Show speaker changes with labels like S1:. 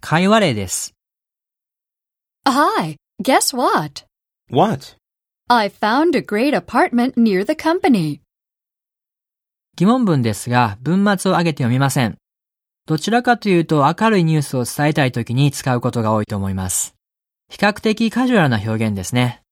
S1: 会話例です。
S2: Hi, guess what?
S3: What?
S2: I found a great apartment near the company.
S1: 疑問文ですが、文末を上げて読みません。どちらかというと明るいニュースを伝えたい時に使うことが多いと思います。比較的カジュアルな表現ですね。